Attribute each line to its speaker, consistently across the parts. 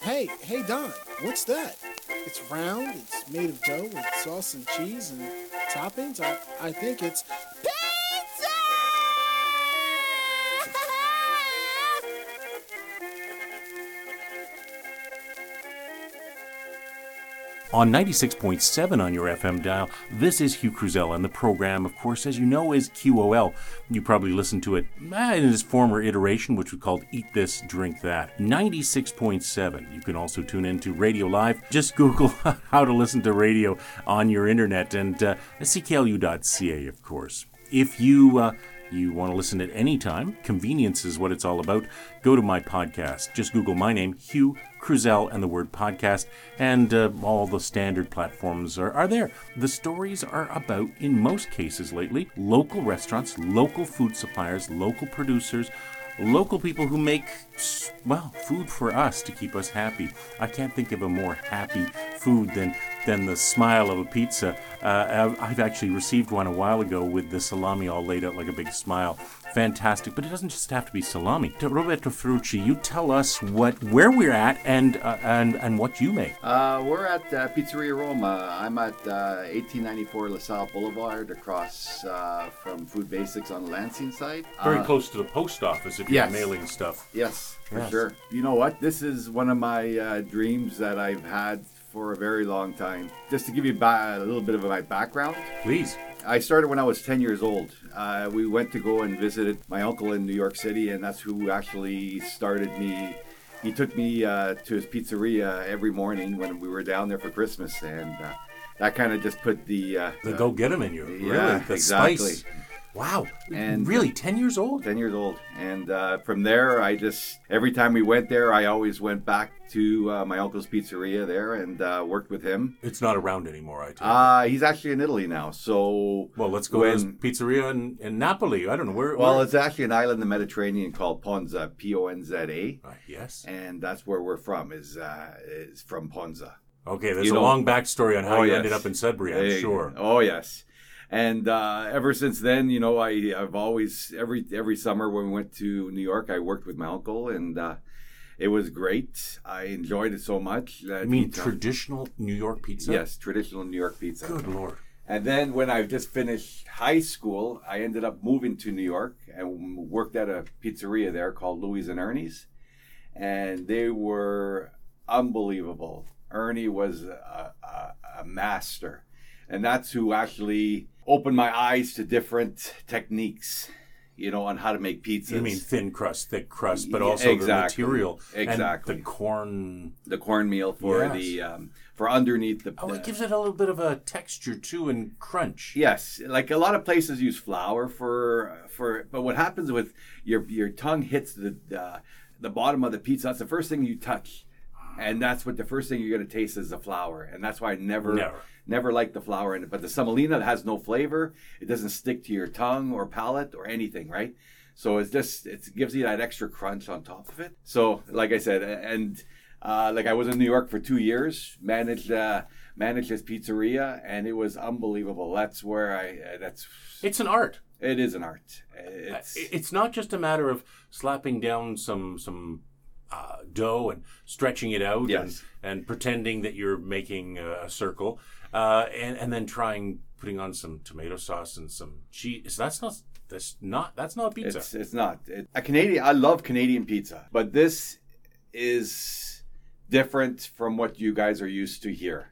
Speaker 1: Hey, hey Don, what's that? It's round, it's made of dough with sauce and cheese and toppings. I, I think it's.
Speaker 2: On 96.7 on your FM dial, this is Hugh Cruzel, and the program, of course, as you know, is QOL. You probably listened to it ah, in its former iteration, which was called Eat This, Drink That. 96.7. You can also tune in to Radio Live. Just Google how to listen to radio on your internet and uh, cklu.ca, of course. If you. Uh, you want to listen at any time, convenience is what it's all about. Go to my podcast. Just Google my name, Hugh Cruzel, and the word podcast, and uh, all the standard platforms are, are there. The stories are about, in most cases lately, local restaurants, local food suppliers, local producers. Local people who make, s- well, food for us to keep us happy. I can't think of a more happy food than than the smile of a pizza. Uh, I've- I've actually received one a while ago with the salami all laid out like a big smile. Fantastic, but it doesn't just have to be salami. To Roberto Ferrucci, you tell us what where we're at and uh, and and what you make.
Speaker 3: Uh, we're at uh, Pizzeria Roma. I'm at uh, 1894 LaSalle Boulevard, across uh, from Food Basics on the Lansing side.
Speaker 2: Very
Speaker 3: Uh,
Speaker 2: close to the post office if
Speaker 3: you're
Speaker 2: you're
Speaker 3: yes. mailing
Speaker 2: mailing stuff.
Speaker 3: Yes, for
Speaker 2: Yes.
Speaker 3: sure. You know what? This is one of my uh, dreams that I've had for a very long time. Just to give you ba- a little bit of my background,
Speaker 2: Please.
Speaker 3: I started when I was 10 years old. Uh, we went to go and visited my uncle in New York City, and that's who actually started me. He took me uh, to his pizzeria every morning when we were down there for Christmas, and uh, that kind of just put the. Uh,
Speaker 2: The go get 'em in you.
Speaker 3: yeah,
Speaker 2: really. The
Speaker 3: exactly.
Speaker 2: spice. Wow.
Speaker 3: And-
Speaker 2: really 10 years old.
Speaker 3: 10 years old. And uh, from there, I just, every time we went there, I always went back to uh, my uncle's pizzeria there and uh, worked with him.
Speaker 2: It's not around anymore, I tell you.
Speaker 3: Uh, he's actually in Italy now. So,
Speaker 2: well, let's go to
Speaker 3: when,
Speaker 2: this pizzeria in, in Napoli. I don't know where.
Speaker 3: well,
Speaker 2: where-
Speaker 3: it's actually an island in the Mediterranean called Ponza, P O N Z A.
Speaker 2: Uh, yes.
Speaker 3: And that's where we're from, is, uh, is from Ponza.
Speaker 2: Okay, there's
Speaker 3: you
Speaker 2: a
Speaker 3: know-
Speaker 2: long backstory on how
Speaker 3: Oh,
Speaker 2: you
Speaker 3: yes.
Speaker 2: ended up in Sudbury, I'm
Speaker 3: Hey,
Speaker 2: sure.
Speaker 3: Oh yes. And uh, ever since then, you know, I I've always every every summer when we went to New York, I worked with my uncle, and uh, it was great. I enjoyed it so much. that
Speaker 2: I mean,
Speaker 3: he-
Speaker 2: traditional New York pizza?
Speaker 3: yes, traditional New York pizza.
Speaker 2: Good lord.
Speaker 3: And then when I just finished high school, I ended up moving to New York and worked at a pizzeria there called Louis and Ernie's. And they were unbelievable. Ernie was a, a, a master. And that's who actually opened my eyes to different techniques, you know, on how to make pizzas.
Speaker 2: You mean thin crust, thick crust, but
Speaker 3: Yeah,
Speaker 2: also
Speaker 3: exactly.
Speaker 2: the material
Speaker 3: Exactly.
Speaker 2: and the corn.
Speaker 3: the cornmeal for
Speaker 2: Yes.
Speaker 3: the, um, for underneath the.
Speaker 2: Oh, it gives it a little bit of a texture too and crunch.
Speaker 3: Yes, like a lot of places use flour for for, but what happens with your your tongue hits the uh, the bottom of the pizza? That's the first thing you touch, and that's what the first thing you're gonna taste is the flour, and that's why I never
Speaker 2: Never.
Speaker 3: never, liked the flour in it. But the semolina has no flavor; it doesn't stick to your tongue or palate or anything, right? So it's just it gives you that extra crunch on top of it. So like I said, a- and uh, like I was in New York for two years, managed uh, managed this pizzeria, and it was unbelievable. That's where I uh, that's
Speaker 2: It's an art.
Speaker 3: it is an art.
Speaker 2: Uh,
Speaker 3: It's
Speaker 2: it- It's not just a matter of slapping down some some uh, dough and stretching it out
Speaker 3: Yes.
Speaker 2: and, and pretending that you're making a, a circle uh, and and then trying putting on some tomato sauce and some cheese. That's not that's not that's not pizza.
Speaker 3: it's it's not it, a Canadian. I love Canadian pizza, but this is different from what you guys are used to here.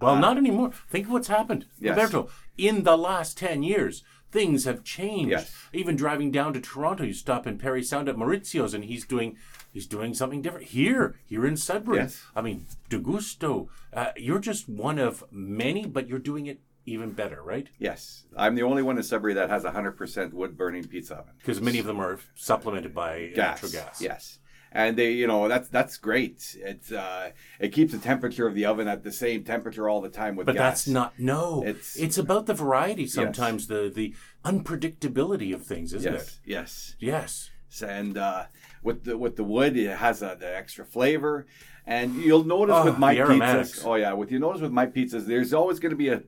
Speaker 2: Well, not anymore. Think of what's happened,
Speaker 3: Uh, Yes.
Speaker 2: Roberto. In the last ten years, things have changed.
Speaker 3: Yes.
Speaker 2: Even driving down to Toronto, you stop in Perry Sound at Maurizio's, and he's doing he's doing something different here. Here in Sudbury,
Speaker 3: Yes.
Speaker 2: I mean, DeGusto. Uh, you're just one of many, but you're doing it even better, right?
Speaker 3: Yes, I'm the only one in Sudbury that has a hundred percent wood burning pizza oven.
Speaker 2: Because many of them are supplemented by
Speaker 3: gas.
Speaker 2: natural gas.
Speaker 3: Yes. And they, you know, that's that's great. It's uh, it keeps the temperature of the oven at the same temperature all the time with
Speaker 2: But
Speaker 3: gas.
Speaker 2: that's not no. It's,
Speaker 3: It's-
Speaker 2: about the variety sometimes, the the unpredictability of things, isn't it?
Speaker 3: yes, yes.
Speaker 2: Yes.
Speaker 3: And uh, with the with the wood, it has uh, the extra flavor. And you'll notice
Speaker 2: Oh,
Speaker 3: with my
Speaker 2: the aromatics.
Speaker 3: pizzas. Oh yeah, with you notice with my pizzas, there's always going to be a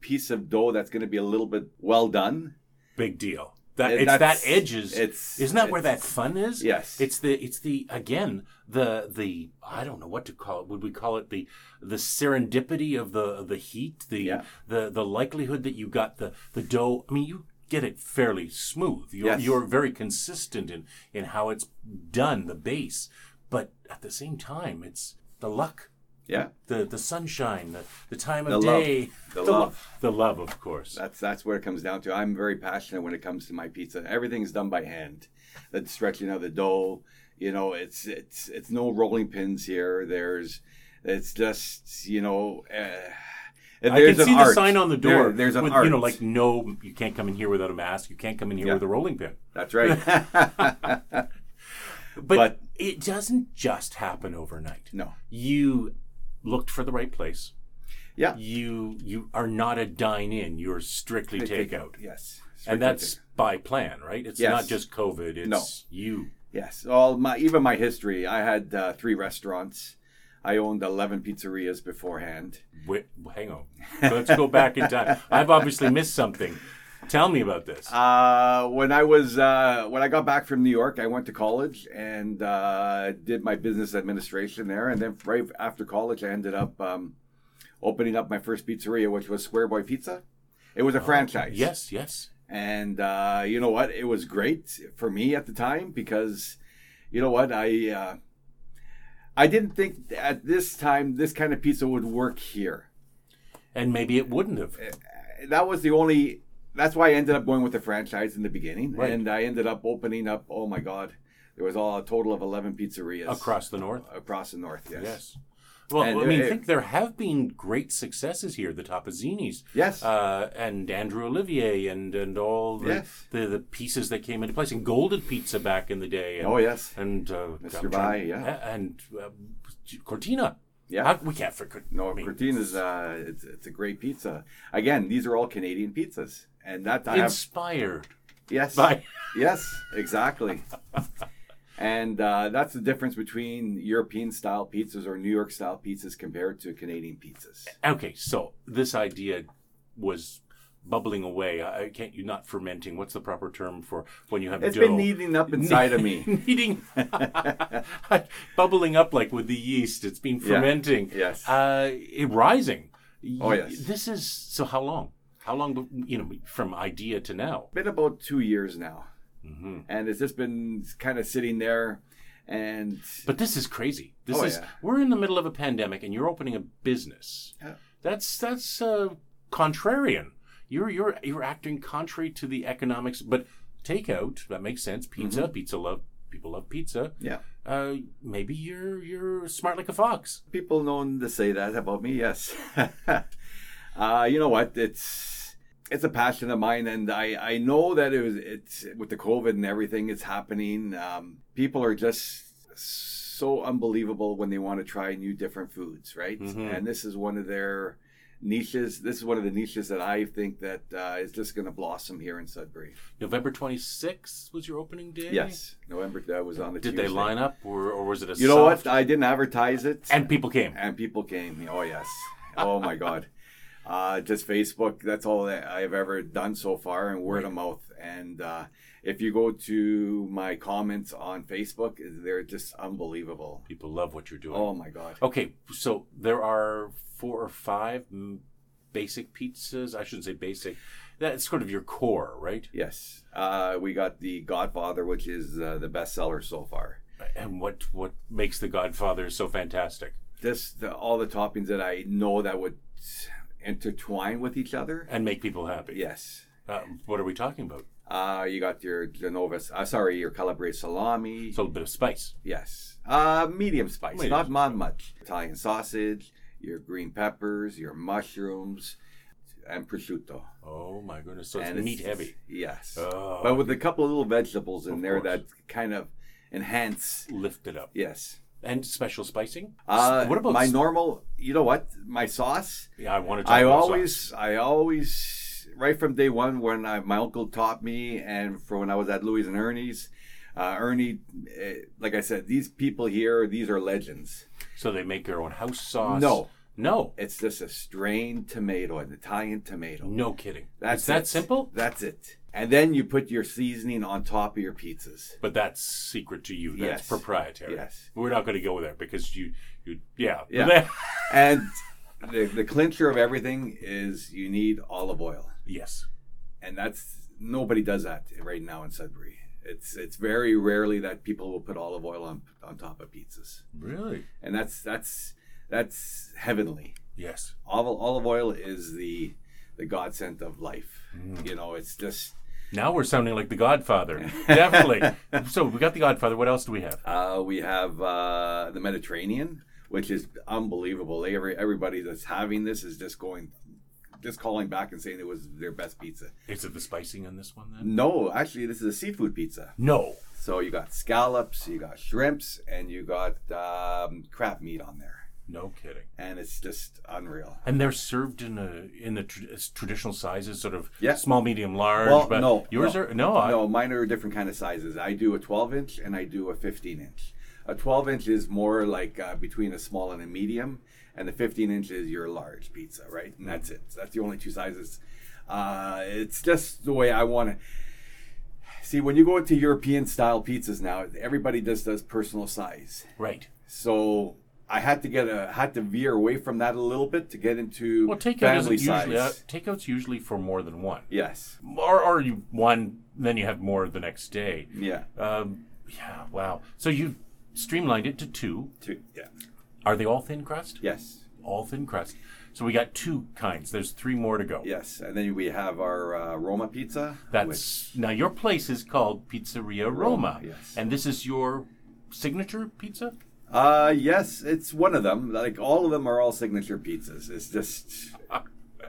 Speaker 3: piece of dough that's going to be a little bit well done.
Speaker 2: Big deal. That
Speaker 3: It-
Speaker 2: it's that
Speaker 3: that's-
Speaker 2: edges.
Speaker 3: it's-
Speaker 2: isn't that where that
Speaker 3: it's-
Speaker 2: fun is?
Speaker 3: Yes.
Speaker 2: It's the it's the again the the I don't know what to call it. Would we call it the the serendipity of the of the heat? The
Speaker 3: Yeah.
Speaker 2: the the likelihood that you got the the dough. I mean, you get it fairly smooth. You're
Speaker 3: Yes.
Speaker 2: you're very consistent in in how it's done. The base, but at the same time, it's the luck.
Speaker 3: Yeah,
Speaker 2: The, the sunshine, the, the time of
Speaker 3: The love.
Speaker 2: day,
Speaker 3: The
Speaker 2: lo-
Speaker 3: love.
Speaker 2: the love, of course.
Speaker 3: that's that's what it comes down to. I'm very passionate when it comes to my pizza. Everything's done by hand. The stretching of the dough, you know, it's it's it's no rolling pins here. There's, it's just you know. Uh,
Speaker 2: I can see the sign on the door.
Speaker 3: There- there's an
Speaker 2: with,
Speaker 3: art.
Speaker 2: You know, like no, you can't come in here without a mask. You can't come in here
Speaker 3: Yeah.
Speaker 2: with a rolling pin.
Speaker 3: that's right.
Speaker 2: But,
Speaker 3: But-
Speaker 2: it doesn't just happen overnight.
Speaker 3: no.
Speaker 2: You looked for the right place.
Speaker 3: Yeah.
Speaker 2: You you are not a dine in. You're strictly takeout,
Speaker 3: Yes.
Speaker 2: and that's by plan, right? It's
Speaker 3: Yes.
Speaker 2: not just COVID. It's you.
Speaker 3: Yes, all my even my history. I had uh, three restaurants. I owned eleven pizzerias beforehand.
Speaker 2: Wait, hang on. Let's go back in time. I've obviously missed something. Tell me about this.
Speaker 3: Uh, when I was uh, when I got back from New York, I went to college and uh, did my business administration there. And then right after college, I ended up um, opening up my first pizzeria, which was Square Boy Pizza. It
Speaker 2: Oh,
Speaker 3: was a franchise.
Speaker 2: yes, yes.
Speaker 3: and uh, you know what? It was great for me at the time because, you know what? I uh, I didn't think at this time this kind of pizza would work here.
Speaker 2: And maybe it wouldn't have.
Speaker 3: That was the only. That's why I ended up going with the franchise in the beginning,
Speaker 2: Right.
Speaker 3: and I ended up opening up. Oh my God, there was all a total of eleven pizzerias
Speaker 2: Across the north.
Speaker 3: across the north. Yes.
Speaker 2: Yes. Well,
Speaker 3: And
Speaker 2: I mean,
Speaker 3: it-
Speaker 2: I think there have been great successes here. The Tapazzinis,
Speaker 3: Yes.
Speaker 2: uh, and Andrew Olivier, and and all the,
Speaker 3: Yes.
Speaker 2: the the pieces that came into place, and Golden Pizza back in the day. And,
Speaker 3: oh yes.
Speaker 2: and uh,
Speaker 3: Mr.
Speaker 2: I'm trying-
Speaker 3: Vai, yeah.
Speaker 2: and uh, Cortina.
Speaker 3: Yeah.
Speaker 2: How- we can't forget.
Speaker 3: No,
Speaker 2: I mean,
Speaker 3: Cortina's. Uh, it's, it's a great pizza. Again, these are all Canadian pizzas, and that I have.
Speaker 2: inspired
Speaker 3: Yes.
Speaker 2: by
Speaker 3: Yes, exactly. and uh, that's the difference between European style pizzas or New York style pizzas compared to Canadian pizzas.
Speaker 2: Okay, so this idea was bubbling away. I I can't you not fermenting. What's the proper term for when you have
Speaker 3: It's
Speaker 2: dough?
Speaker 3: been kneading up inside of me.
Speaker 2: Kneading, bubbling up like with the yeast. It's been fermenting.
Speaker 3: yes.
Speaker 2: Uh, it rising.
Speaker 3: Oh,
Speaker 2: Y-
Speaker 3: yes.
Speaker 2: This is so. How long? How long? be- You know, from idea to now.
Speaker 3: Been about two years now, and it's just been kind of sitting there. And
Speaker 2: But this is crazy. This
Speaker 3: Oh,
Speaker 2: is.
Speaker 3: yeah.
Speaker 2: We're in the middle of a pandemic, and you're opening a business.
Speaker 3: Yeah.
Speaker 2: That's that's uh, contrarian. You're you're you're acting contrary to the economics. But takeout that makes sense. Pizza,
Speaker 3: Mm-hmm.
Speaker 2: pizza love people love pizza.
Speaker 3: yeah,
Speaker 2: Uh, maybe you're you're smart like a fox.
Speaker 3: people known to say that about me. Yes. uh, you know what? It's it's a passion of mine, and I I know that it was it's with the COVID and everything. It's happening. Um, people are just so unbelievable when they want to try new different foods, right?
Speaker 2: Mhm.
Speaker 3: And this is one of their niches. This is one of the niches that I think that uh, is just going to blossom here in Sudbury.
Speaker 2: November 26th was your opening day?
Speaker 3: Yes, November that was on the.
Speaker 2: Did they
Speaker 3: Tuesday.
Speaker 2: line up or, or was it a
Speaker 3: You know what?
Speaker 2: soft-
Speaker 3: I didn't advertise it.
Speaker 2: And people came.
Speaker 3: and people came. Oh yes. Oh my God. Uh, just Facebook. That's all that I've ever done so far, and word of mouth. And uh, if you go to my comments on Facebook, they're just unbelievable.
Speaker 2: People love what you're doing.
Speaker 3: Oh my God.
Speaker 2: Okay, so there are four or five mm, basic pizzas. I shouldn't say basic. That's sort of your core, right?
Speaker 3: Yes. Uh, we got the Godfather, which is uh, the bestseller so far.
Speaker 2: And what, what makes the Godfather so fantastic?
Speaker 3: Just the, all the toppings that I know that would intertwine with each other.
Speaker 2: And make people happy.
Speaker 3: Yes.
Speaker 2: Uh, what are we talking about?
Speaker 3: Uh, you got your Genova, uh, sorry, your Calabrese salami.
Speaker 2: It's a little bit of spice.
Speaker 3: Yes. Uh, medium spice,
Speaker 2: Medium
Speaker 3: not not much. Italian sausage, your green peppers, your mushrooms, and prosciutto.
Speaker 2: Oh my goodness. So it's
Speaker 3: and
Speaker 2: meat heavy.
Speaker 3: Yes.
Speaker 2: Oh.
Speaker 3: but with a couple of little vegetables in
Speaker 2: Of
Speaker 3: there
Speaker 2: course.
Speaker 3: that kind of enhance.
Speaker 2: Lift it up.
Speaker 3: Yes.
Speaker 2: And special spicing?
Speaker 3: Uh,
Speaker 2: what about
Speaker 3: my
Speaker 2: s-
Speaker 3: normal? You know what? My sauce.
Speaker 2: Yeah, I want to talk
Speaker 3: I
Speaker 2: about
Speaker 3: always,
Speaker 2: sauce.
Speaker 3: I always, right from day one, when I, my uncle taught me, and from when I was at Louis and Ernie's, uh, Ernie, eh, like I said, these people here, these are legends.
Speaker 2: So they make their own house sauce.
Speaker 3: No.
Speaker 2: No.
Speaker 3: It's just a strained tomato, an Italian tomato.
Speaker 2: No kidding.
Speaker 3: That's
Speaker 2: it's that
Speaker 3: it.
Speaker 2: simple?
Speaker 3: That's it. And then you put your seasoning on top of your pizzas.
Speaker 2: But that's secret to you. That's
Speaker 3: Yes.
Speaker 2: proprietary.
Speaker 3: Yes.
Speaker 2: We're not going to go there because you, you, yeah.
Speaker 3: Yeah. And the, the clincher of everything is you need olive oil.
Speaker 2: yes.
Speaker 3: and that's nobody does that right now in Sudbury. It's it's very rarely that people will put olive oil on on top of pizzas,
Speaker 2: Really?
Speaker 3: and that's that's that's heavenly.
Speaker 2: Yes.
Speaker 3: Olive olive oil is the the godsend of life. You know, it's just
Speaker 2: Now we're sounding like the Godfather. Definitely. so we got the Godfather. What else do we have?
Speaker 3: uh, we have uh, the Mediterranean, which is unbelievable. Every everybody that's having this is just going, just calling back and saying it was their best pizza.
Speaker 2: Is it the spicing on this one then?
Speaker 3: No, actually, this is a seafood pizza.
Speaker 2: No.
Speaker 3: So you got scallops, you got shrimps, and you got um, crab meat on there,
Speaker 2: No kidding.
Speaker 3: and it's just unreal.
Speaker 2: And they're served in a in the tr- as traditional sizes, sort of
Speaker 3: Yeah.
Speaker 2: small, medium, large.
Speaker 3: Well,
Speaker 2: but
Speaker 3: no,
Speaker 2: yours
Speaker 3: no,
Speaker 2: are no. I,
Speaker 3: no, mine are different kind of sizes. I do a 12 inch and I do a 15 inch. A 12 inch is more like uh, between a small and a medium, and the 15 inch is your large pizza, right? And that's it. That's the only two sizes. Uh, it's just the way I want to. See, when you go into European style pizzas now, everybody just does personal size.
Speaker 2: Right.
Speaker 3: So I had to get a had to veer away from that a little bit to get into
Speaker 2: Well, takeout
Speaker 3: family
Speaker 2: isn't
Speaker 3: size.
Speaker 2: usually uh, takeout's usually for more than one,
Speaker 3: yes.
Speaker 2: or or you one, then you have more the next day.
Speaker 3: Yeah.
Speaker 2: Um, yeah. Wow. So you streamlined it to two.
Speaker 3: Two. Yeah.
Speaker 2: Are they all thin crust?
Speaker 3: Yes.
Speaker 2: All thin crust. So we got two kinds. There's three more to go.
Speaker 3: Yes. And then we have our uh, Roma pizza. which-
Speaker 2: That's now your place is called Pizzeria Roma,
Speaker 3: yes.
Speaker 2: and this is your signature pizza.
Speaker 3: uh yes, it's one of them. Like all of them are all signature pizzas. It's just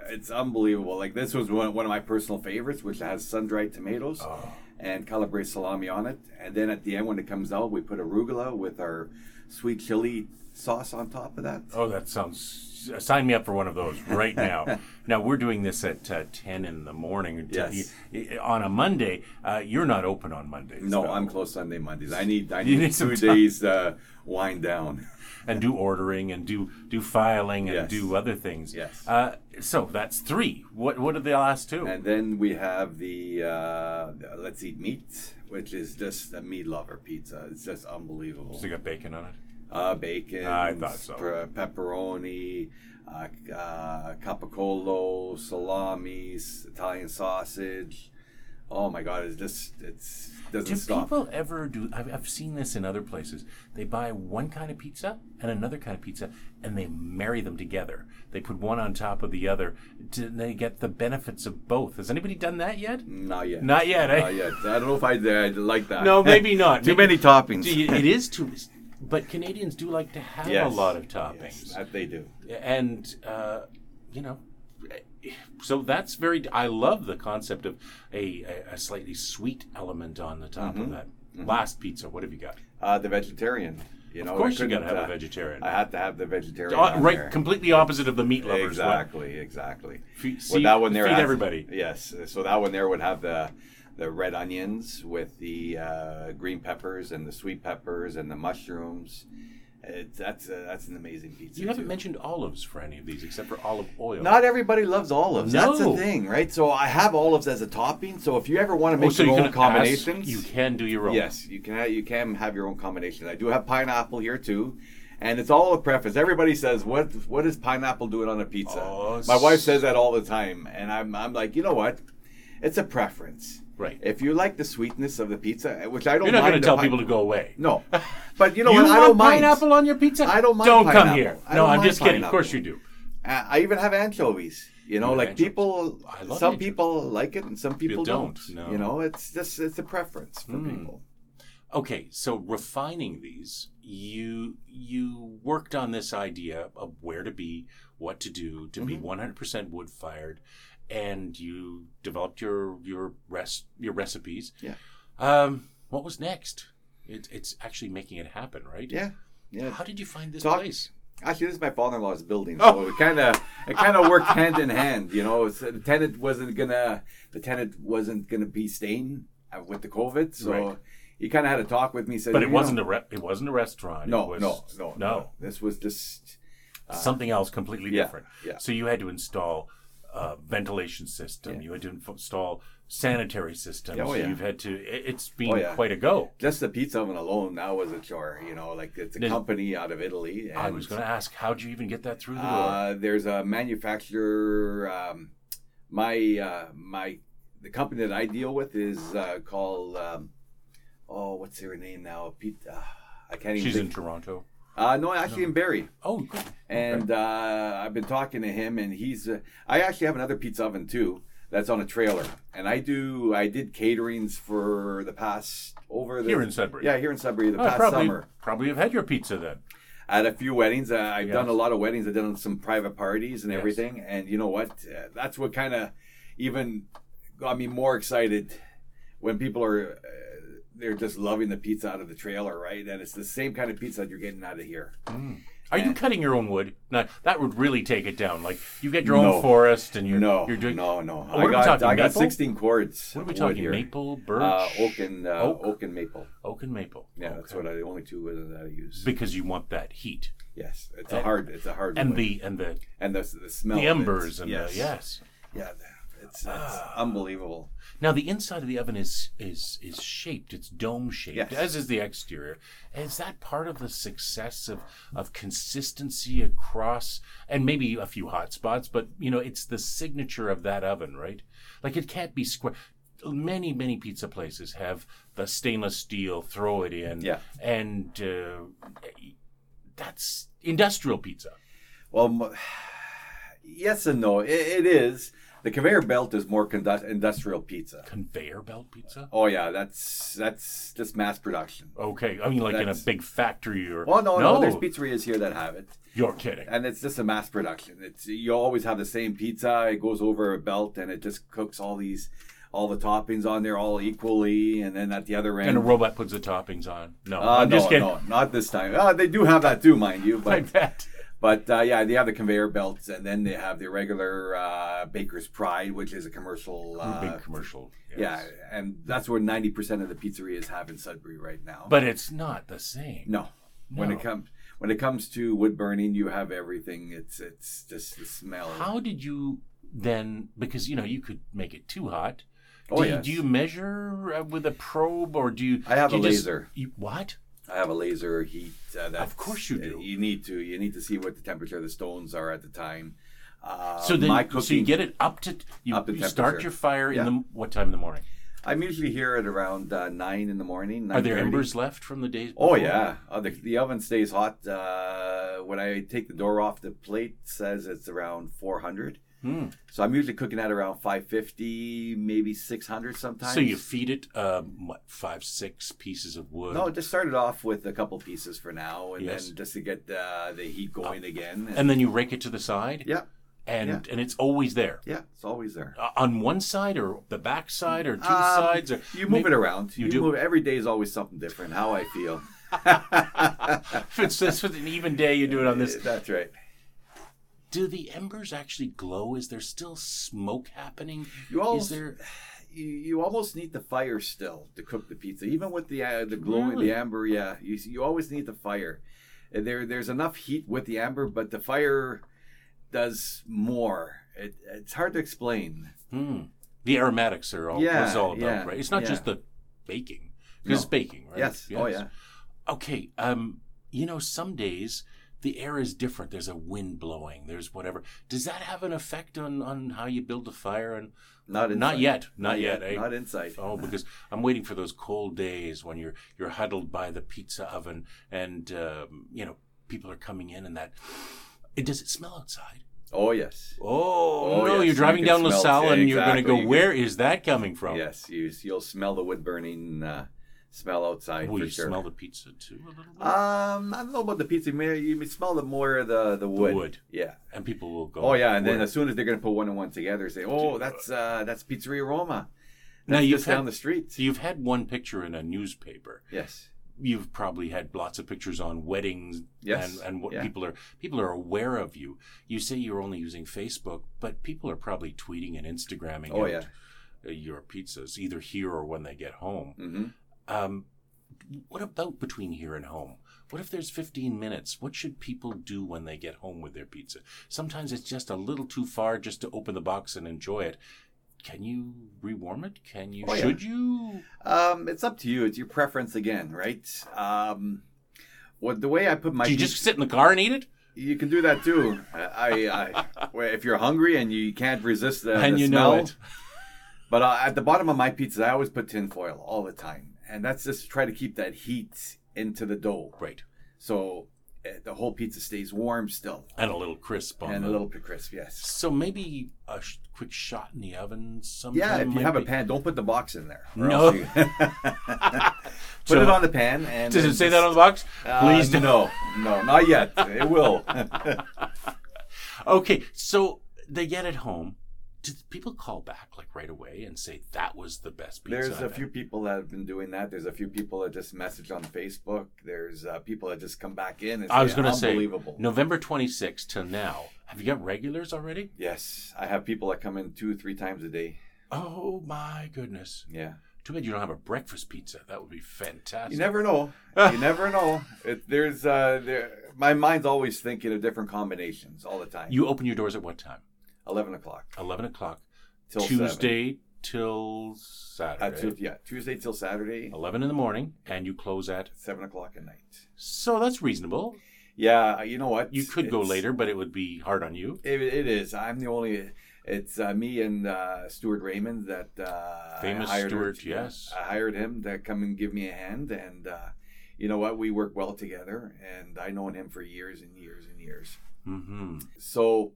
Speaker 3: it's unbelievable. Like this was one, one of my personal favorites, which has sun-dried tomatoes
Speaker 2: Oh.
Speaker 3: and calabrese salami on it. And then at the end, when it comes out, we put arugula with our sweet chili sauce on top of that.
Speaker 2: Oh, that sounds. Sign me up for one of those right now. now we're doing this at uh, ten in the morning.
Speaker 3: Yes.
Speaker 2: Y- On a Monday, uh, you're not open on Mondays.
Speaker 3: No,
Speaker 2: though.
Speaker 3: I'm closed Sunday, Mondays. I need I need,
Speaker 2: need some
Speaker 3: two
Speaker 2: time.
Speaker 3: days uh, wind down.
Speaker 2: And do ordering and do do filing and
Speaker 3: Yes.
Speaker 2: do other things.
Speaker 3: Yes.
Speaker 2: Uh, so that's three. What what are the last two?
Speaker 3: And then we have the uh, let's eat meat, which is just a meat lover pizza. It's just unbelievable.
Speaker 2: so you got bacon on it.
Speaker 3: Uh, bacon,
Speaker 2: I thought so.
Speaker 3: pe- pepperoni, uh, c- uh, capicola, salami, s- Italian sausage. Oh my God! It's just it's doesn't
Speaker 2: Do
Speaker 3: stop.
Speaker 2: people ever do? I've, I've seen this in other places. They buy one kind of pizza and another kind of pizza, and they marry them together. They put one on top of the other. To, they get the benefits of both. Has anybody done that yet?
Speaker 3: Not yet.
Speaker 2: Not yet. Eh?
Speaker 3: Not yet. I don't know if I'd, uh, like that.
Speaker 2: No, maybe not.
Speaker 3: Too
Speaker 2: Maybe-
Speaker 3: many toppings.
Speaker 2: Do you- it is too. But Canadians do like to have
Speaker 3: Yes.
Speaker 2: a lot of
Speaker 3: Yes,
Speaker 2: toppings,
Speaker 3: that they do.
Speaker 2: and uh, you know, so that's very. I love the concept of a, a, a slightly sweet element on the top
Speaker 3: Mm-hmm.
Speaker 2: of that. Last pizza. What have you got?
Speaker 3: Uh, the vegetarian. You know,
Speaker 2: Of course,
Speaker 3: I
Speaker 2: you got to
Speaker 3: couldn't,
Speaker 2: have a
Speaker 3: uh,
Speaker 2: vegetarian.
Speaker 3: I had to have the vegetarian.
Speaker 2: Uh,
Speaker 3: on
Speaker 2: right,
Speaker 3: there.
Speaker 2: completely opposite of the meat lovers. one.
Speaker 3: Exactly. Exactly.
Speaker 2: Fe-
Speaker 3: Well,
Speaker 2: see- feed
Speaker 3: has-
Speaker 2: everybody.
Speaker 3: Yes. So that one there would have the the red onions with the uh, green peppers and the sweet peppers and the mushrooms. It, that's a, that's an amazing pizza.
Speaker 2: You haven't
Speaker 3: too.
Speaker 2: mentioned olives for any of these except for olive oil.
Speaker 3: Not everybody loves olives. That's
Speaker 2: No.
Speaker 3: the thing, right? So I have olives as a topping. So if you ever want to
Speaker 2: oh,
Speaker 3: make
Speaker 2: so you
Speaker 3: your
Speaker 2: can
Speaker 3: own
Speaker 2: ask-
Speaker 3: combinations,
Speaker 2: you can do your own.
Speaker 3: Yes, you can. You can have your own combination. I do have pineapple here too, and it's all a preference. Everybody says, "What? What is pineapple doing on a pizza?"
Speaker 2: Oh,
Speaker 3: My
Speaker 2: s-
Speaker 3: wife says that all the time, and I'm, I'm like, you know what? It's a preference.
Speaker 2: Right.
Speaker 3: If you like the sweetness of the pizza, eh, which I don't.
Speaker 2: You're not
Speaker 3: mind
Speaker 2: going
Speaker 3: the
Speaker 2: to tell
Speaker 3: pi-
Speaker 2: people to go away.
Speaker 3: No, but you know what?
Speaker 2: want
Speaker 3: I don't mind.
Speaker 2: pineapple on your pizza?
Speaker 3: I don't mind
Speaker 2: Don't come
Speaker 3: pineapple.
Speaker 2: here.
Speaker 3: I
Speaker 2: no,
Speaker 3: don't
Speaker 2: I'm
Speaker 3: mind
Speaker 2: just kidding. Of course you
Speaker 3: pineapple.
Speaker 2: do.
Speaker 3: Uh, I even have anchovies. You know,
Speaker 2: have
Speaker 3: like
Speaker 2: anchovies.
Speaker 3: people,
Speaker 2: I
Speaker 3: some
Speaker 2: love anchovies.
Speaker 3: people like it and some people
Speaker 2: don't,
Speaker 3: don't.
Speaker 2: no. Hmm.
Speaker 3: You know, it's just it's a preference for people.
Speaker 2: Okay, so refining these, you you worked on this idea of where to be, what to do to
Speaker 3: Mm-hmm.
Speaker 2: be 100% wood fired, and you developed your your rest your recipes.
Speaker 3: Yeah.
Speaker 2: Um, what was next? It, it's actually making it happen, right?
Speaker 3: Yeah, yeah.
Speaker 2: How did you find this
Speaker 3: Talk-
Speaker 2: place?
Speaker 3: Actually, this is my father-in-law's building,
Speaker 2: Oh.
Speaker 3: so it kind of it kind of worked hand in hand. You know, it's, the tenant wasn't gonna the tenant wasn't gonna be staying uh, with the COVID, so
Speaker 2: Right.
Speaker 3: he kind of had a talk with me. Said,
Speaker 2: But
Speaker 3: "You
Speaker 2: it
Speaker 3: know,
Speaker 2: wasn't a re- it wasn't a restaurant. it
Speaker 3: no,
Speaker 2: was,
Speaker 3: no, no,
Speaker 2: no.
Speaker 3: This was just
Speaker 2: something else completely
Speaker 3: Uh, yeah,
Speaker 2: different.
Speaker 3: yeah.
Speaker 2: So you had to install a ventilation system. You had to inf- install sanitary systems.
Speaker 3: Oh, yeah.
Speaker 2: You've had to. it- It's been
Speaker 3: Oh, yeah.
Speaker 2: quite a go.
Speaker 3: Just the pizza oven alone now was a chore. You know, like it's a
Speaker 2: Did-
Speaker 3: company out of Italy. And,
Speaker 2: I was going to ask, how'd you even get that through the door?
Speaker 3: Uh, there's a manufacturer. Um, my uh, my the company that I deal with is uh, called um, oh what's her name now? Pete, uh, I can't even.
Speaker 2: She's
Speaker 3: think.
Speaker 2: in Toronto.
Speaker 3: uh, no, actually in Barrie.
Speaker 2: Oh, good.
Speaker 3: And uh, I've been talking to him, and he's. Uh, I actually have another pizza oven too. That's on a trailer, and I do. I did caterings for the past over the
Speaker 2: Here in Sudbury.
Speaker 3: Yeah, here in Sudbury the
Speaker 2: I
Speaker 3: past
Speaker 2: probably
Speaker 3: summer.
Speaker 2: probably have had your pizza then.
Speaker 3: at a few weddings. Uh, I've
Speaker 2: Yes.
Speaker 3: done a lot of weddings. I've done some private parties and
Speaker 2: Yes.
Speaker 3: everything. And you know what? Uh, that's what kind of even got me more excited when people are uh, they're just loving the pizza out of the trailer, right? And it's the same kind of pizza that you're getting out of here.
Speaker 2: Are you cutting your own wood? No, that would really take it down. Like you get your
Speaker 3: No.
Speaker 2: own forest and you're
Speaker 3: no,
Speaker 2: you're doing.
Speaker 3: no, no.
Speaker 2: Oh, what are
Speaker 3: I
Speaker 2: we
Speaker 3: got
Speaker 2: talking,
Speaker 3: I got
Speaker 2: maple?
Speaker 3: 16 cords.
Speaker 2: What are we
Speaker 3: of wood
Speaker 2: talking?
Speaker 3: here.
Speaker 2: Maple, birch,
Speaker 3: Uh, oak and uh,
Speaker 2: Oak?
Speaker 3: oak? and maple.
Speaker 2: oak and maple.
Speaker 3: Yeah, that's what I the only two wood that I use.
Speaker 2: Because you want that heat
Speaker 3: yes, it's a hard, it's a hard
Speaker 2: and
Speaker 3: wood.
Speaker 2: the and the,
Speaker 3: and the, the smell,
Speaker 2: the
Speaker 3: of it.
Speaker 2: embers and the Ah. yes.
Speaker 3: yeah, it's, it's unbelievable.
Speaker 2: Now the inside of the oven is is is shaped. It's dome shaped,
Speaker 3: Yes.
Speaker 2: as is the exterior. Is that part of the success of of consistency across, and maybe a few hot spots? But you know, it's the signature of that oven, right? Like it can't be square. Many many pizza places have the stainless steel. Throw it in,
Speaker 3: Yeah.
Speaker 2: and uh, that's industrial pizza.
Speaker 3: Well, m- yes and no. I it is. The conveyor belt is more condu- industrial pizza.
Speaker 2: Conveyor belt pizza.
Speaker 3: Oh yeah, that's that's just mass production.
Speaker 2: Okay, I mean like in a
Speaker 3: That's-
Speaker 2: big factory or
Speaker 3: Well, no, no, there's pizzerias here that have it,
Speaker 2: You're kidding.
Speaker 3: and it's just a mass production. It's you always have the same pizza. It goes over a belt, and it just cooks all these, all the toppings on there all equally, and then at the other end.
Speaker 2: And a robot puts the toppings on. No,
Speaker 3: uh,
Speaker 2: I'm
Speaker 3: no,
Speaker 2: just kidding.
Speaker 3: no, not this time. Uh, they do have that too, mind you.
Speaker 2: I
Speaker 3: But
Speaker 2: bet.
Speaker 3: But uh, yeah, they have the conveyor belts, and then they have the regular uh, Baker's Pride, which is a commercial. Uh,
Speaker 2: Big commercial.
Speaker 3: Yeah,
Speaker 2: yes.
Speaker 3: and that's where ninety percent of the pizzerias have in Sudbury right now.
Speaker 2: But it's not the same.
Speaker 3: no, when it comes when it comes to wood burning, you have everything. It's it's just the smell.
Speaker 2: How did you then? Because you know you could make it too hot.
Speaker 3: Oh,
Speaker 2: do, you,
Speaker 3: yes.
Speaker 2: do you measure uh, with a probe or do you?
Speaker 3: I have
Speaker 2: do
Speaker 3: a
Speaker 2: you just-
Speaker 3: laser.
Speaker 2: you, what?
Speaker 3: I have a laser heat. Uh, that's,
Speaker 2: course you do.
Speaker 3: You need to. You need to see what the temperature of the stones are at the time. Uh,
Speaker 2: So then,
Speaker 3: my
Speaker 2: so you
Speaker 3: cooking-
Speaker 2: get it up to you.
Speaker 3: Up to
Speaker 2: you start
Speaker 3: temperature.
Speaker 2: your fire in
Speaker 3: Yeah.
Speaker 2: the what time in the morning?
Speaker 3: I'm usually here at around uh, nine in the morning.
Speaker 2: Are there
Speaker 3: 9:30.
Speaker 2: embers left from the days?
Speaker 3: Oh
Speaker 2: before?
Speaker 3: yeah, uh, the, the oven stays hot. Uh, when I take the door off the plate, says it's around 400.
Speaker 2: Hmm.
Speaker 3: So I'm usually cooking at around 550, maybe 600 sometimes.
Speaker 2: So you feed it um, what five six pieces of wood?
Speaker 3: no, just started off with a couple pieces for now, and
Speaker 2: Yes. Oh.
Speaker 3: then just to get uh, the heat going again. And,
Speaker 2: and then you rake it to the side.
Speaker 3: yeah,
Speaker 2: And and it's always there.
Speaker 3: yeah, it's always there.
Speaker 2: Uh, on one side or the back side or two
Speaker 3: Um,
Speaker 2: sides or
Speaker 3: You move it around.
Speaker 2: you do.
Speaker 3: Move, every day is always something different. How I feel.
Speaker 2: if it's this with an even day you do it on this
Speaker 3: That's right.
Speaker 2: do the embers actually glow is there still smoke happening
Speaker 3: You
Speaker 2: is
Speaker 3: always-
Speaker 2: there
Speaker 3: you, you almost need the fire still to cook the pizza, even with the uh, the glowing
Speaker 2: Really?
Speaker 3: the amber. Yeah, you you always need the fire. And There there's enough heat with the amber, but the fire does more. It, it's hard to explain.
Speaker 2: hmm, the aromatics are all
Speaker 3: Yeah,
Speaker 2: is all about
Speaker 3: yeah,
Speaker 2: right it's not
Speaker 3: yeah.
Speaker 2: just the baking because
Speaker 3: No.
Speaker 2: it's baking right
Speaker 3: Yes. Oh yeah.
Speaker 2: okay um you know some days the air is different there's a wind blowing there's whatever does that have an effect on on how you build a fire and
Speaker 3: Not inside.
Speaker 2: not yet not, yet, eh?
Speaker 3: Not inside.
Speaker 2: Oh, because I'm waiting for those cold days when you're you're huddled by the pizza oven, and um, you know people are coming in, and that. It, does it smell outside?
Speaker 3: Oh yes.
Speaker 2: Oh, no!
Speaker 3: Oh, yes,
Speaker 2: you're
Speaker 3: you
Speaker 2: driving
Speaker 3: can
Speaker 2: down
Speaker 3: smell it.
Speaker 2: LaSalle,
Speaker 3: Yeah,
Speaker 2: and you're going to
Speaker 3: exactly,
Speaker 2: go.
Speaker 3: you can-
Speaker 2: Where is that coming from?
Speaker 3: Yes. You you'll smell the wood burning uh, smell outside
Speaker 2: Will
Speaker 3: for
Speaker 2: you
Speaker 3: sure.
Speaker 2: smell the pizza too a little bit?
Speaker 3: um, I don't know about the pizza. Maybe you smell the more the the wood.
Speaker 2: wood.
Speaker 3: Yeah.
Speaker 2: and people will go.
Speaker 3: Oh yeah, and then
Speaker 2: "Where?"
Speaker 3: as soon as they're gonna put one and one together, say, "Oh, that's uh, that's Pizzeria Roma."
Speaker 2: Now
Speaker 3: That's
Speaker 2: you've
Speaker 3: just
Speaker 2: had-
Speaker 3: down the street.
Speaker 2: you've had one picture in a newspaper.
Speaker 3: yes,
Speaker 2: You've probably had lots of pictures on weddings
Speaker 3: Yes,
Speaker 2: and, and what
Speaker 3: yeah.
Speaker 2: people are people are aware of you. You say you're only using Facebook, but people are probably tweeting and Instagramming.
Speaker 3: Oh,
Speaker 2: out
Speaker 3: yeah. Mm-hmm.
Speaker 2: uh, your pizzas, either here or when they get home.
Speaker 3: hmm
Speaker 2: Um, What about between here and home? What if there's 15 minutes? What should people do when they get home with their pizza? Sometimes it's just a little too far just to open the box and enjoy it. Can you rewarm it? Can you?
Speaker 3: Oh, yeah.
Speaker 2: Should you?
Speaker 3: Um, it's up to you. It's your preference again, right? Um, what the way I put my
Speaker 2: Do you just sit in the car and eat it?
Speaker 3: You can do that too. I, I well, if you're hungry and you can't resist the,
Speaker 2: and
Speaker 3: the
Speaker 2: you
Speaker 3: smell.
Speaker 2: know it.
Speaker 3: But uh, at the bottom of my pizzas, I always put tin foil all the time, and that's just to try to keep that heat into the dough,
Speaker 2: Right.
Speaker 3: so uh, the whole pizza stays warm still
Speaker 2: And a little crisp on
Speaker 3: and a
Speaker 2: the-
Speaker 3: little bit crisp. Yes.
Speaker 2: So maybe a sh- quick shot in the oven sometime.
Speaker 3: Yeah, if you
Speaker 2: might
Speaker 3: have a
Speaker 2: be-
Speaker 3: pan, don't put the box in there. or
Speaker 2: No.
Speaker 3: else you- put
Speaker 2: So-
Speaker 3: it on the pan. And
Speaker 2: Does
Speaker 3: then
Speaker 2: it say
Speaker 3: just-
Speaker 2: that on the box?
Speaker 3: Uh,
Speaker 2: Please don't.
Speaker 3: no, no, not yet. It will.
Speaker 2: Okay, so they get it home. Do people call back like right away and say that was the best pizza?
Speaker 3: There's a
Speaker 2: I've
Speaker 3: few
Speaker 2: had?"
Speaker 3: people that have been doing that. There's a few people that just message on Facebook. There's uh, people that just come back in. And
Speaker 2: I was
Speaker 3: say,
Speaker 2: going to say
Speaker 3: unbelievable.
Speaker 2: November 26th till now. Have you got regulars already?
Speaker 3: Yes, I have people that come in two, three times a day.
Speaker 2: Oh my goodness!
Speaker 3: Yeah,
Speaker 2: Too bad you don't have a breakfast pizza. That would be fantastic.
Speaker 3: you never know. you never know. It, there's uh, there. My mind's always thinking of different combinations all the time.
Speaker 2: You open your doors at what time?
Speaker 3: Eleven o'clock
Speaker 2: 11 o'clock
Speaker 3: till Seven.
Speaker 2: Tuesday till Saturday.
Speaker 3: Uh, tu- yeah, Tuesday till Saturday,
Speaker 2: 11 in the morning, and you close at.
Speaker 3: seven o'clock at night.
Speaker 2: So that's reasonable.
Speaker 3: Yeah, uh, you know what?
Speaker 2: You could go
Speaker 3: It's-
Speaker 2: later, but it would be hard on you.
Speaker 3: It, it is. I'm the only. It's uh, me and uh, Stuart Raymond that uh,
Speaker 2: Famous
Speaker 3: I hired
Speaker 2: Stuart,
Speaker 3: to-
Speaker 2: yes.
Speaker 3: I hired him to come and give me a hand, and uh, you know what? We work well together, and I known him for years and years and years.
Speaker 2: Mm-hmm.
Speaker 3: So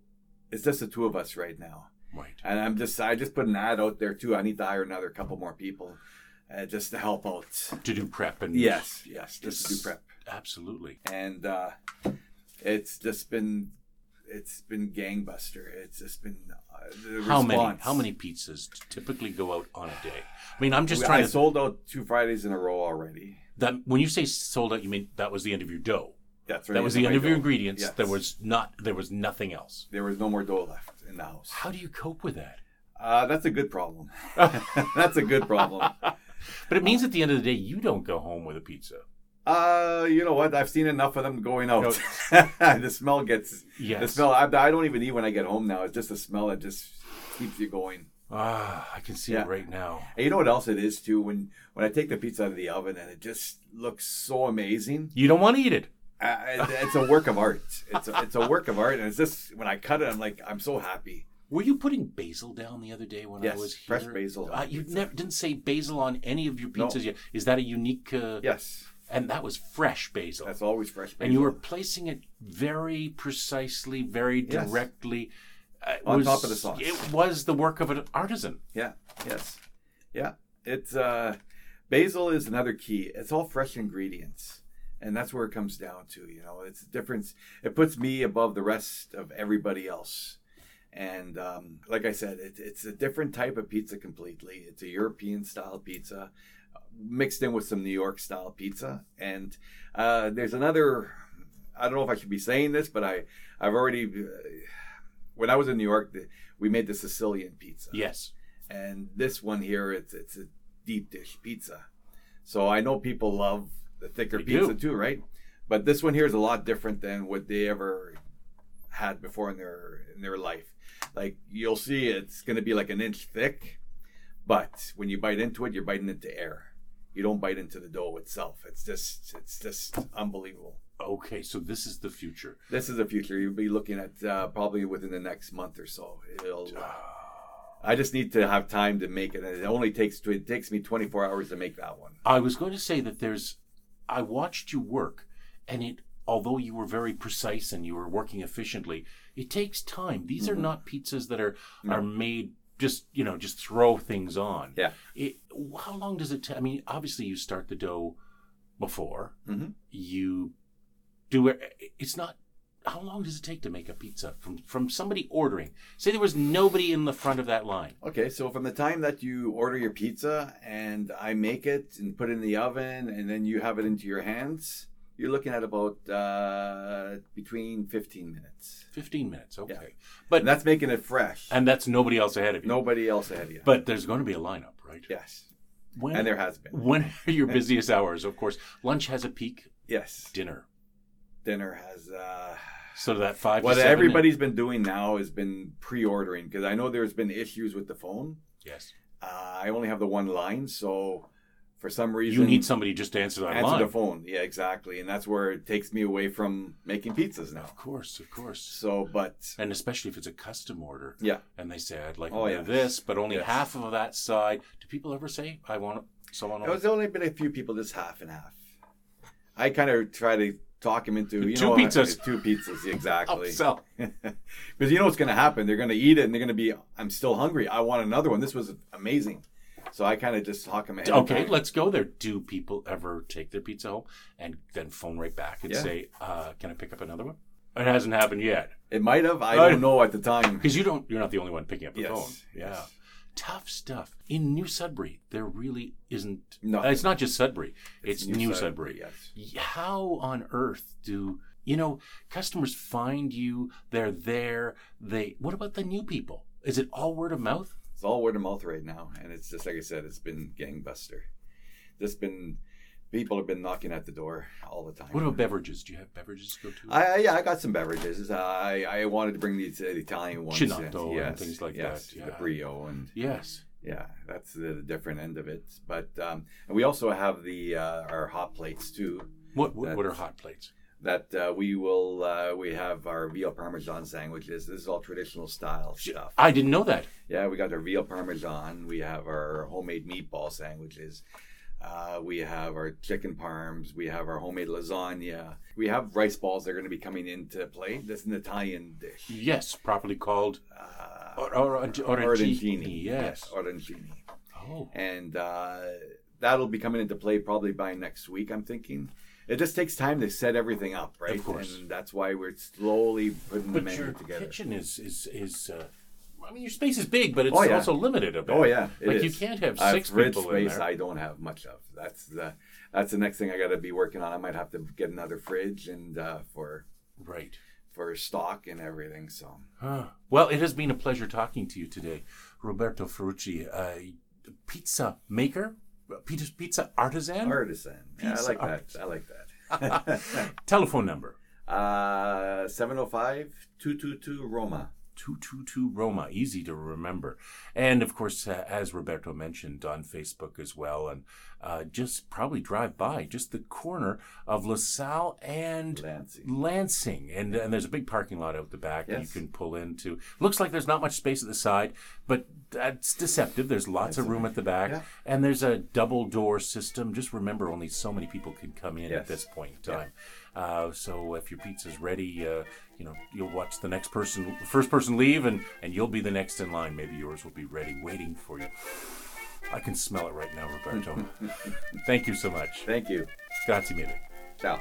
Speaker 3: it's just the two of us right now,
Speaker 2: Right.
Speaker 3: and I'm just I just put an ad out there too. I need to hire another couple more people, uh, just to help out.
Speaker 2: To do prep and
Speaker 3: Yes, yes, just to do prep,
Speaker 2: absolutely.
Speaker 3: and uh, it's just been. It's been gangbuster. It's just been uh, the
Speaker 2: How many?
Speaker 3: response.
Speaker 2: How many pizzas typically go out on a day? I mean, I'm just
Speaker 3: We-
Speaker 2: trying
Speaker 3: I
Speaker 2: to.
Speaker 3: sold out two Fridays in a row already.
Speaker 2: that when you say sold out, you mean that was the end of your dough.
Speaker 3: That's
Speaker 2: That was the end of your
Speaker 3: dough.
Speaker 2: ingredients.
Speaker 3: oh, Yes.
Speaker 2: There was not. There was nothing else.
Speaker 3: there was no more dough left in the house.
Speaker 2: How do you cope with that?
Speaker 3: Uh, that's a good problem. that's a good problem.
Speaker 2: But it means at the end of the day, you don't go home with a pizza.
Speaker 3: Uh, you know what? I've seen enough of them going out. the smell gets the
Speaker 2: Yes.
Speaker 3: smell. I, I don't even eat when I get home now. It's just the smell that just keeps you going.
Speaker 2: Ah, I can see
Speaker 3: Yeah.
Speaker 2: it right now.
Speaker 3: And you know what else it is too? When when I take the pizza out of the oven and it just looks so amazing.
Speaker 2: You don't want to eat it.
Speaker 3: Uh, it- it's a work of art. It's a, it's a work of art, and it's just when I cut it, I'm like I'm so happy.
Speaker 2: Were you putting basil down the other day when I
Speaker 3: Yes,
Speaker 2: was here?
Speaker 3: fresh basil on
Speaker 2: Uh,
Speaker 3: the
Speaker 2: you
Speaker 3: pizza.
Speaker 2: never didn't say basil on any of your
Speaker 3: No.
Speaker 2: pizzas yet. Is that a unique? Uh,
Speaker 3: Yes,
Speaker 2: And that was fresh basil.
Speaker 3: that's always fresh.
Speaker 2: and you
Speaker 3: basil.
Speaker 2: were placing it very precisely, very
Speaker 3: Yes.
Speaker 2: directly. Uh, it
Speaker 3: On top of the sauce.
Speaker 2: It was the work of an artisan.
Speaker 3: Yeah. Yes. Yeah. It's uh, basil is another key. It's all fresh ingredients, and that's where it comes down to. You know, it's the difference. It puts me above the rest of everybody else. And um, like I said, it, it's a different type of pizza completely. It's a European style pizza uh, mixed in with some New York style pizza. And uh, there's another. I don't know if I should be saying this, but I I've already. Uh, when I was in New York, the, we made the Sicilian pizza
Speaker 2: Yes.
Speaker 3: and this one here it's it's a deep dish pizza so i know people love the thicker
Speaker 2: They
Speaker 3: pizza
Speaker 2: do.
Speaker 3: too right but this one here is a lot different than what they ever had before in their in their life like you'll see it's going to be like an inch thick but when you bite into it you're biting into air you don't bite into the dough itself it's just it's just unbelievable
Speaker 2: Okay, so this is the future.
Speaker 3: this is the future you'll be looking at uh, probably within the next month or so it'll uh, I just need to have time to make it. and It only takes it takes me 24 hours to make that one.
Speaker 2: I was going to say that there's. I watched you work, and it. Although you were very precise and you were working efficiently, it takes time. These are not pizzas that are are made just you know just throw things on.
Speaker 3: Yeah.
Speaker 2: It, how long does it take? I mean, obviously you start the dough before
Speaker 3: Mhm.
Speaker 2: you do it. It's not. How long does it take to make a pizza from from somebody ordering? Say there was nobody in the front of that line.
Speaker 3: Okay, so from the time that you order your pizza and I make it and put it in the oven and then you have it into your hands, you're looking at about uh, between 15 minutes.
Speaker 2: Fifteen minutes. Okay.
Speaker 3: And
Speaker 2: But
Speaker 3: that's making it fresh.
Speaker 2: and that's nobody else ahead of you.
Speaker 3: Nobody else ahead of you.
Speaker 2: But there's going to be a lineup, right?
Speaker 3: yes.
Speaker 2: When,
Speaker 3: and there has been.
Speaker 2: when are your busiest hours? Of course, lunch has a peak.
Speaker 3: Yes,
Speaker 2: Dinner.
Speaker 3: dinner has. Uh,
Speaker 2: So that five.
Speaker 3: what
Speaker 2: to seven
Speaker 3: everybody's been doing now has been pre-ordering because I know there's been issues with the phone.
Speaker 2: yes.
Speaker 3: Uh, I only have the one line, so for some reason
Speaker 2: You need somebody just to answer that
Speaker 3: answer
Speaker 2: line.
Speaker 3: the phone. Yeah, exactly, and that's where it takes me away from making pizzas now.
Speaker 2: Of course, of course.
Speaker 3: So, but
Speaker 2: And especially if it's a custom order,
Speaker 3: yeah,
Speaker 2: and they say, "I'd like
Speaker 3: Oh,
Speaker 2: a bit
Speaker 3: yeah.
Speaker 2: of this, but only
Speaker 3: Yes.
Speaker 2: half of that side." Do people ever say, "I want someone"?
Speaker 3: it was only been a few people, just half and half. I kind of try to talk them into you
Speaker 2: Two
Speaker 3: know,
Speaker 2: pizzas. Oh,
Speaker 3: uh, two pizzas, exactly.
Speaker 2: upsell?
Speaker 3: because you know what's going to happen. They're going to eat it, and they're going to be, "I'm still hungry. I want another one. This was amazing." So I kind of just talk them ahead. of
Speaker 2: Okay,
Speaker 3: time.
Speaker 2: let's go there. Do people ever take their pizza home and then phone right back and
Speaker 3: Yeah.
Speaker 2: say, uh, "Can I pick up another one?" It hasn't happened yet
Speaker 3: It might have. I
Speaker 2: I-
Speaker 3: don't know at the time.
Speaker 2: because you don't. You're not the only one picking up the
Speaker 3: Yes,
Speaker 2: phone. Yeah,
Speaker 3: yes.
Speaker 2: tough stuff. In New Sudbury, there really isn't.
Speaker 3: No.
Speaker 2: uh, it's not just Sudbury. It's, New, Sudbury.
Speaker 3: Yes.
Speaker 2: Y- How on earth do you know customers find you? They're there. They. What about the new people? Is it all word of mouth?
Speaker 3: It's all word of mouth right now, and it's just like I said. It's been gangbuster. Just been people have been knocking at the door all the time.
Speaker 2: What about beverages? Do you have beverages to go to?
Speaker 3: I I- yeah, I got some beverages. I I wanted to bring these uh, Italian ones,
Speaker 2: Chinotto and
Speaker 3: yes,
Speaker 2: things like
Speaker 3: yes,
Speaker 2: that,
Speaker 3: the
Speaker 2: yeah.
Speaker 3: brio, and
Speaker 2: yes.
Speaker 3: yeah, that's the, the different end of it. But um, and we also have the uh, our hot plates too.
Speaker 2: What what, what are
Speaker 3: That's-
Speaker 2: hot plates?
Speaker 3: That uh, we will uh, we have our veal parmesan sandwiches. This is all traditional style stuff.
Speaker 2: I didn't know that.
Speaker 3: Yeah, we got our veal parmesan. We have our homemade meatball sandwiches. Uh, we have our chicken parms. We have our homemade lasagna. We have rice balls that are going to be coming into play. That's an Italian dish.
Speaker 2: Yes, properly called
Speaker 3: Uh,
Speaker 2: or, or, or,
Speaker 3: Orantini.
Speaker 2: E, Yes.
Speaker 3: Orantini.
Speaker 2: Oh,
Speaker 3: And uh, that'll be coming into play probably by next week, I'm thinking. It just takes time to set everything up, right?
Speaker 2: course.
Speaker 3: And that's why we're slowly putting the
Speaker 2: but your
Speaker 3: menu together.
Speaker 2: kitchen is is is. Uh, I mean, your space is big, but it's
Speaker 3: Oh, yeah.
Speaker 2: also limited a bit.
Speaker 3: Oh yeah, it
Speaker 2: like you
Speaker 3: is.
Speaker 2: can't have
Speaker 3: I've
Speaker 2: six
Speaker 3: rid
Speaker 2: people in
Speaker 3: space
Speaker 2: there.
Speaker 3: I don't have much of. That's the that's the next thing I got to be working on. I might have to get another fridge and uh, for
Speaker 2: Right.
Speaker 3: for stock and everything. So
Speaker 2: Huh. Well, it has been a pleasure talking to you today, Roberto Ferrucci, a pizza maker, pizza pizza artisan.
Speaker 3: artisan, yeah, I
Speaker 2: Pizza
Speaker 3: like that.
Speaker 2: artisan.
Speaker 3: I like that.
Speaker 2: Telephone number
Speaker 3: uh, 705-222 Roma.
Speaker 2: 222 Roma, easy to remember. And of course, uh, as Roberto mentioned on Facebook as well, and uh, just probably drive by just the corner of LaSalle and
Speaker 3: Lansing.
Speaker 2: Lansing. And, and there's a big parking lot out the back that you
Speaker 3: Yes.
Speaker 2: can pull into. Looks like there's not much space at the side, but that's deceptive. There's lots of room at the back.
Speaker 3: Yeah.
Speaker 2: And there's a double door system. Just remember, only so many people can come in at
Speaker 3: Yes.
Speaker 2: this point in time. Uh, so if your pizza's ready, uh, you know you'll watch the next person, the first person leave, and and you'll be the next in line. Maybe yours will be ready, waiting for you. I can smell it right now, Roberto. Thank you so much.
Speaker 3: Thank you.
Speaker 2: Grazie mille.
Speaker 3: Ciao.